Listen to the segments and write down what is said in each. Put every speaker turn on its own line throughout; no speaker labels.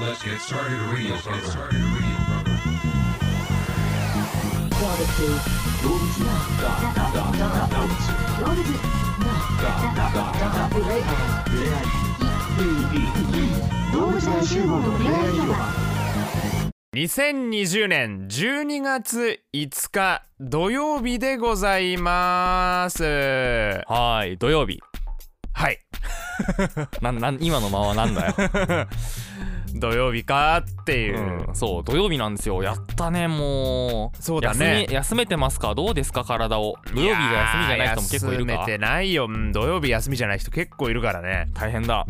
Let's get started radio. Let's get started radio, brother.
Barbecue. Dogs. 動物の集合の恋愛広場
2020年12月5日土曜日でございますは
はい土曜日
い
なんなん今の間はなん だよ、
土曜日かっていう、
うんそう土曜日なんですよやったねもう
そうだね
休み休めてますかどうですか体を土曜日が休みじゃない人も結構いる
やー
か
休めてないよ、うん土曜日休みじゃない人結構いるからね
大変だ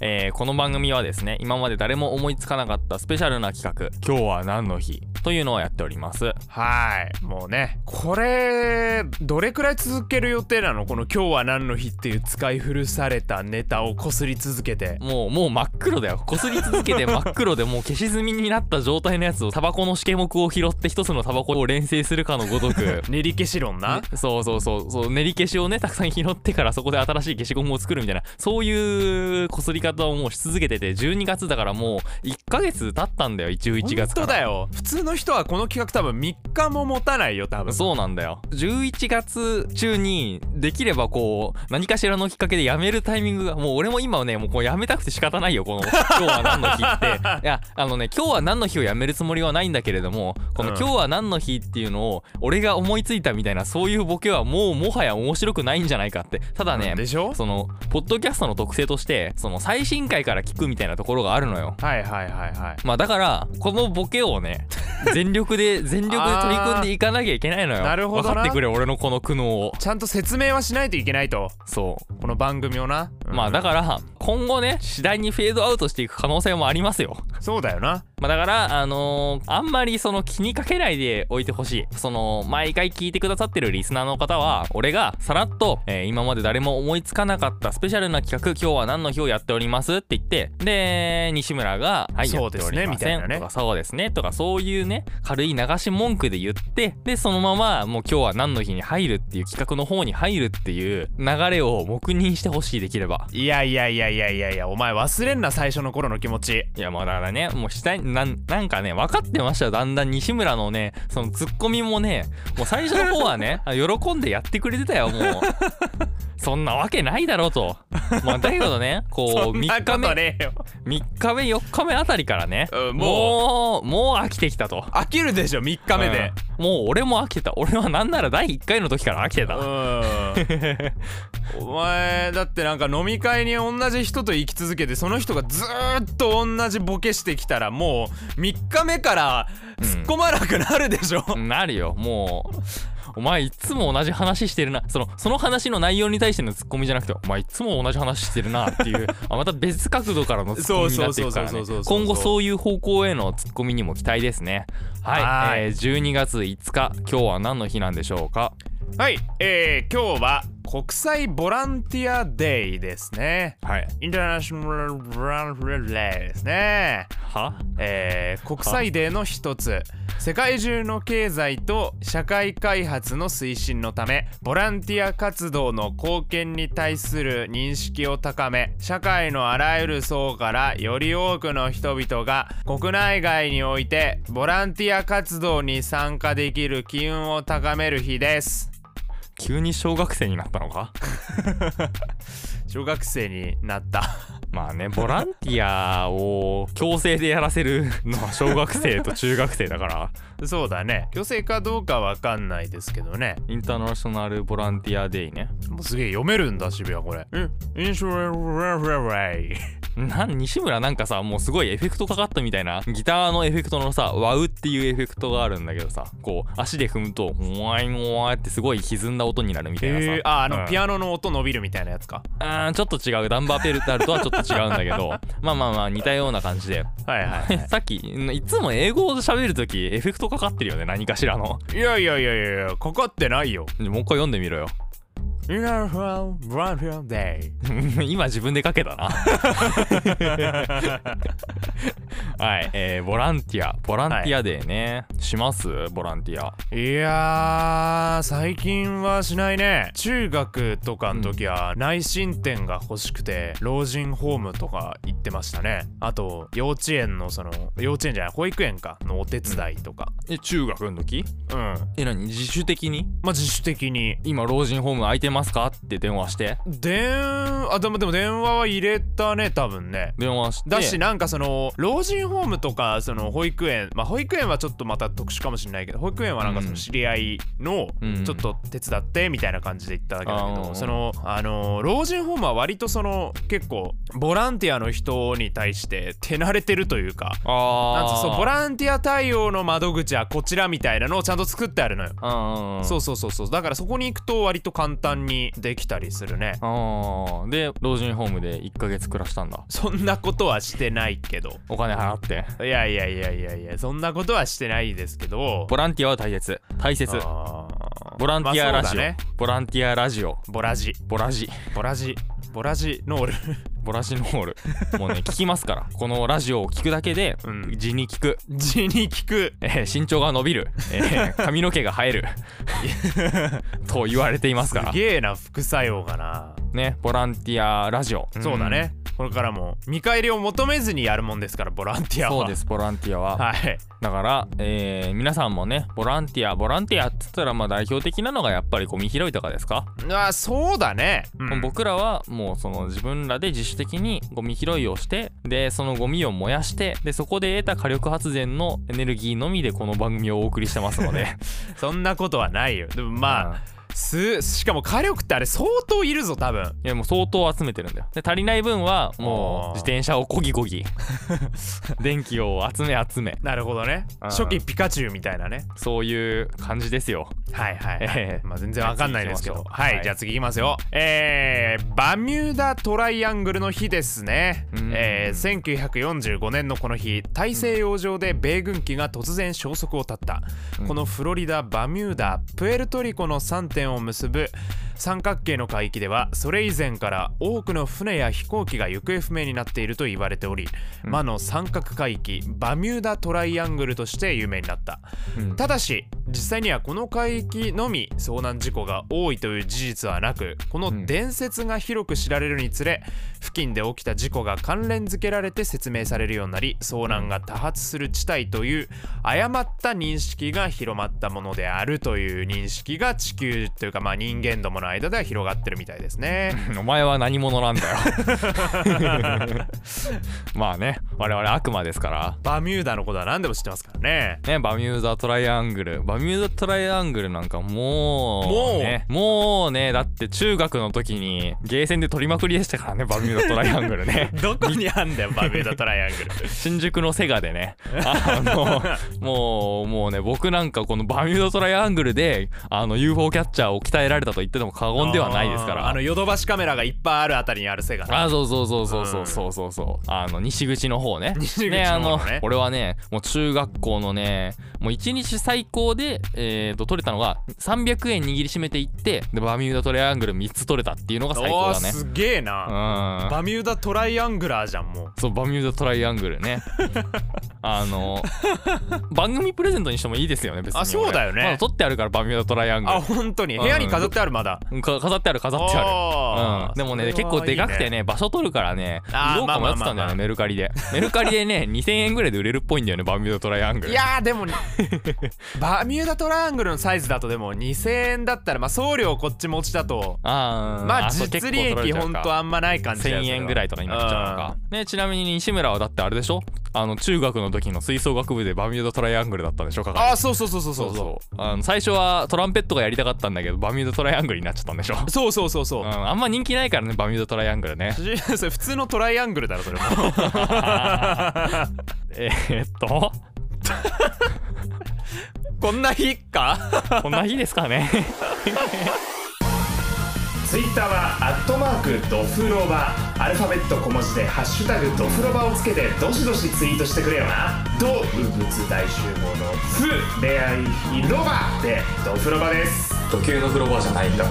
えーこの番組はですね今まで誰も思いつかなかったスペシャルな企画「今日は何の日?」というのをやっております
はいもうねこれどれくらい続ける予定なのこの「今日は何の日」っていう使い古されたネタをこすり続けて
もうもう真っ黒だよこすり続 けて真っ黒でもう消し済みになった状態のやつをタバコの試験目を拾って一つのタバコを連成するかのごとく
練り消し論な、
そうそうそうそう練り消しをねたくさん拾ってからそこで新しい消しゴムを作るみたいなそういうこすり方をもうし続けてて12月だからもう1ヶ月経ったんだよ11月か
本当
ら
だよ普通の人はこの企画多分3日も持たないよ多分
そうなんだよ11月中にできればこう何かしらのきっかけでやめるタイミングがもう俺も今はねもうこうやめたくて仕方ないよこの「今日は何の日」 っていやあのね今日は何の日をやめるつもりはないんだけれどもこ
う
の
ん
「今日は何の日」っていうのを俺が思いついたみたいなそういうボケはもうもはや面白くないんじゃないかってただね
でしょ
そのポッドキャストの特性としてその最新回から聞くみたいなところがあるのよ
はいはいはいはい
まあだからこのボケを ね全力で全力で取り組んでいかなきゃいけないのよ
なるほど
分
な
かってくれ俺のこの苦悩を
ちゃんと説明はしないといけないと
そう
この番組をな、
まあだ
か
から今後ね次第にフェードアウトしていく可能性もありますよ
らそうだよな
まあだからあのーあんまりその気にかけないでおいてほしいその毎回聞いてくださってるリスナーの方は俺がさらっと、えー今まで誰も思いつかなかったスペシャルな企画今日は何の日をやっておりますって言ってで西村が「はい
そうですね
やっておりません
みたいなね
とか「そうですね」とかそういうね軽い流し文句で言ってでそのままもう今日は何の日に入るっていう企画の方に入るっていう流れを黙認してほしいできれば。
いやいやいやいやいやいやお前忘れんな最初の頃の気持ち
いやまあだからねもう下になんなんかね分かってましたよだんだん西村のねそのツッコミもねもう最初の方は ねあ喜んでやってくれてたよもうそんなわけないだろうとまあだけどねこ
そうう
3日目
ねえよ
3日目4日目あたりからね、
うん
もうもう飽きてきたと
飽きるでしょ3日目で
うんもう俺も飽きてた俺はなんなら第1回の時から飽きて
う
た、
んお前だってなんか飲み会に同じ人と生き続けてその人がずーっと同じボケしてきたらもう3日目から突っ込まなくなるでしょ、
なるよもうお前いつも同じ話してるなそのその話の内容に対してのツッコミじゃなくてお前いつも同じ話してるなっていう あまた別角度からのツッコミになっていくから
そ
ね
うそうそうそうそうそう
今後そういう方向へのツッコミにも期待ですねはい
はい
えー12月5日今日は何の日なんでしょうか
はい、えー、今日は国際ボランティアデイですね。
はい
インターナショナルボランティアデイですね。
は
えー、国際デーの一つ世界中の経済と社会開発の推進のためボランティア活動の貢献に対する認識を高め社会のあらゆる層からより多くの人々が国内外においてボランティア活動に参加できる機運を高める日です。
急に小学生になったのか
小学生になった
まあねボランティアを強制でやらせるのは小学生と中学生だ から
そうだね虚勢かどうかわかんないですけどね
インターナショナルボランティアデイね
もうすげえ読めるんだ渋谷これえインシュララララ イ
なん西村なんかさもうすごいエフェクトかかったみたいなギターのエフェクトのさ「ワウ」っていうエフェクトがあるんだけどさこう足で踏むと「モワイモワイ」ってすごい歪んだ音になるみたいなさ、
えー、ああの、ピ
ア
アノの音伸びるみたいなやつか
あーちょっと違うダンバーペルタルとはちょっと違うんだけど まあまあまあ似たような感じで
はいは
さっきいつも英語を喋るときエフェクトかかってるよね何かしらの
いいやいやいやいやいやかかってないよ
もう一回読んでみろよ
インナフランブランフランデイ
今自分で書けたなはい、えー、ボランティア、ボランティアデーね。しますボランティア。
いやー最近はしないね中学とかの時は内申点が欲しくて老人ホームとか行ってましたねあと幼稚園のその幼稚園じゃない保育園かのお手伝いとか
え、中学の時
うん
え、何自主的に
まあ自主的に
今、老人ホーム空いてますかって電話して。
電あでもでも電話は入れたね多分ね
電話して。
だしなんかその老人ホームとかその保育園まあ保育園はちょっとまた特殊かもしれないけど保育園はなんかその
うん
知り合いの
うん
ちょっと手伝ってみたいな感じで行っただけだけ
あー
どそのあの老人ホームは割とその結構ボランティアの人に対して手慣れてるというか
あー。
なんつうのそうボランティア対応の窓口はこちらみたいなのをちゃんと作ってあるのよ。
うんうん。
そううそうそうそうだからそこに行くと割と簡単にできたりする
ん。
ね
あーで、老人ホームで1ヶ月暮らしたんだ。
そんなことはしてないけど
お金払って。
いやいやいやいやいやそんなことはしてないですけど
ボランティアは大切。大切。
あー
ボランティア
ま
ラ
あそ
ジ
う
オ、
だね
ボランティアラジオ。
ボラジ
ボラジ。
ボラジボラジノール
ボラジノール。 もうね、聞きますから。このラジオを聞くだけで、
うん
字に聞く。
字に聞く
えー身長が伸びる、えー髪の毛が 生えると言われていますから
すげえな副作用がな、
ねボランティアラジオ
そうだねこれからも見返りを求めずにやるもんですからボランティアは
そうですボランティアは、
はい
だから、えー皆さんもねボランティアボランティアって言ったらまあ代表的なのがやっぱりゴミ拾いとかですか、
あそうだね、うん
僕らはもうその自分らで自主的にゴミ拾いをしてでそのゴミを燃やしてでそこで得た火力発電のエネルギーのみでこの番組をお送りしてますの で
そんなことはないよでもまあ、
うん
すしかも火力ってあれ相当いるぞ多分
いやもう相当集めてるんだよで足りない分はもう
あー
自転車をこぎこぎ 電気を集め集め
なるほどね
うん
初期ピカチュウみたいなね
そういう感じですよ
はいはい、
ええ
まあ全然わかんないですけど
じゃあ次行きますよはい
はい、じゃあ次いきますよえー、バミューダトライアングルの日ですね
うん
えー、1945年のこの日大西洋上で米軍機が突然消息を絶った、このフロリダバミューダプエルトリコの3点を結ぶ三角形の海域ではそれ以前から多くの船や飛行機が行方不明になっていると言われており、魔の三角海域バミューダトライアングルとして有名になった、
うん
ただし実際にはこの海域のみ遭難事故が多いという事実はなくこの伝説が広く知られるにつれ、付近で起きた事故が関連付けられて説明されるようになり遭難が多発する地帯という誤った認識が広まったものであるという認識が地球というかまあ人間どもの間では広がってるみたいですね。
お前は何者なんだよまあね我々悪魔ですから
バミューダのことは何でも知ってますからね。
ねバミューダトライアングルバミューダトライアングルなんかもう
もう
ねもうねだって中学の時にゲーセンで取りまくりでしたからねバミューダトライアングル ね
どこにあんだよバミューダトライアング ル。
新宿のセガでねあのもうもうね僕なんかこのバミュードトライアングルであの UFO キャッチャーを鍛えられたと言っても過言ではないですから
あのヨドバシカメラがいっぱいあるあたりにあるセガね
あそうそうそうそうそうそうそうそうあの西口の方ね
西口の方のね
あの俺はねもう中学校のねもう一日最高で、えー、と取れたのが300円握りしめていってでバミュードトライアングル3つ取れたっていうのが最
お
高
ー
だね
すげえな。
うん
バミューダトライアングラーじゃんもう
そうバミューダトライアングルね あの番組プレゼントにしてもいいですよね別に
あそうだよね
まだ取ってあるからバミューダトライアング
あ本当に
うん
部屋に飾ってあるまだ
ルか飾ってある飾ってある
あ
うん、
ー
でもね
それ
結構
はいい
でかくてね場所取るからね
あー
売ろうか迷ってたんだよね、
まあまあまあまあ
メルカリでメルカリでね 2000円ぐらいで売れるっぽいんだよねバミューダトライアングル
いやー でもバミューダトライアングルのサイズだとでも2000円だったらまあ送料こっち持ちだと
あー
まあ
ーそう
実利益ほんとあんまない感じだよ
1000円ぐらいとかになっちゃうのか、ね、ちなみに西村はだってあれでしょあの中学の時の吹奏楽部でバミューダトライアングルだったんでしょ
うんあ
係
ーそうそうそうそうそ
そうう
そ
そうあの最初はトランペットがやりたかったんだけどバミューダトライアングルになっちゃったんでしょ、
うそうそうそう
うん、
そう
あんま人気ないからねバミューダトライアングルね
それ普通のトライアングルだろそれも
えーっと
こんな日か
こんな日ですかね
ツイッターはアットマークドフロバアルファベット小文字で「ハッシュタグドフロバ」をつけてどしどしツイートしてくれよな動物大集合の「フ恋愛広場」でドフロバです
時計の風呂場じゃないんだ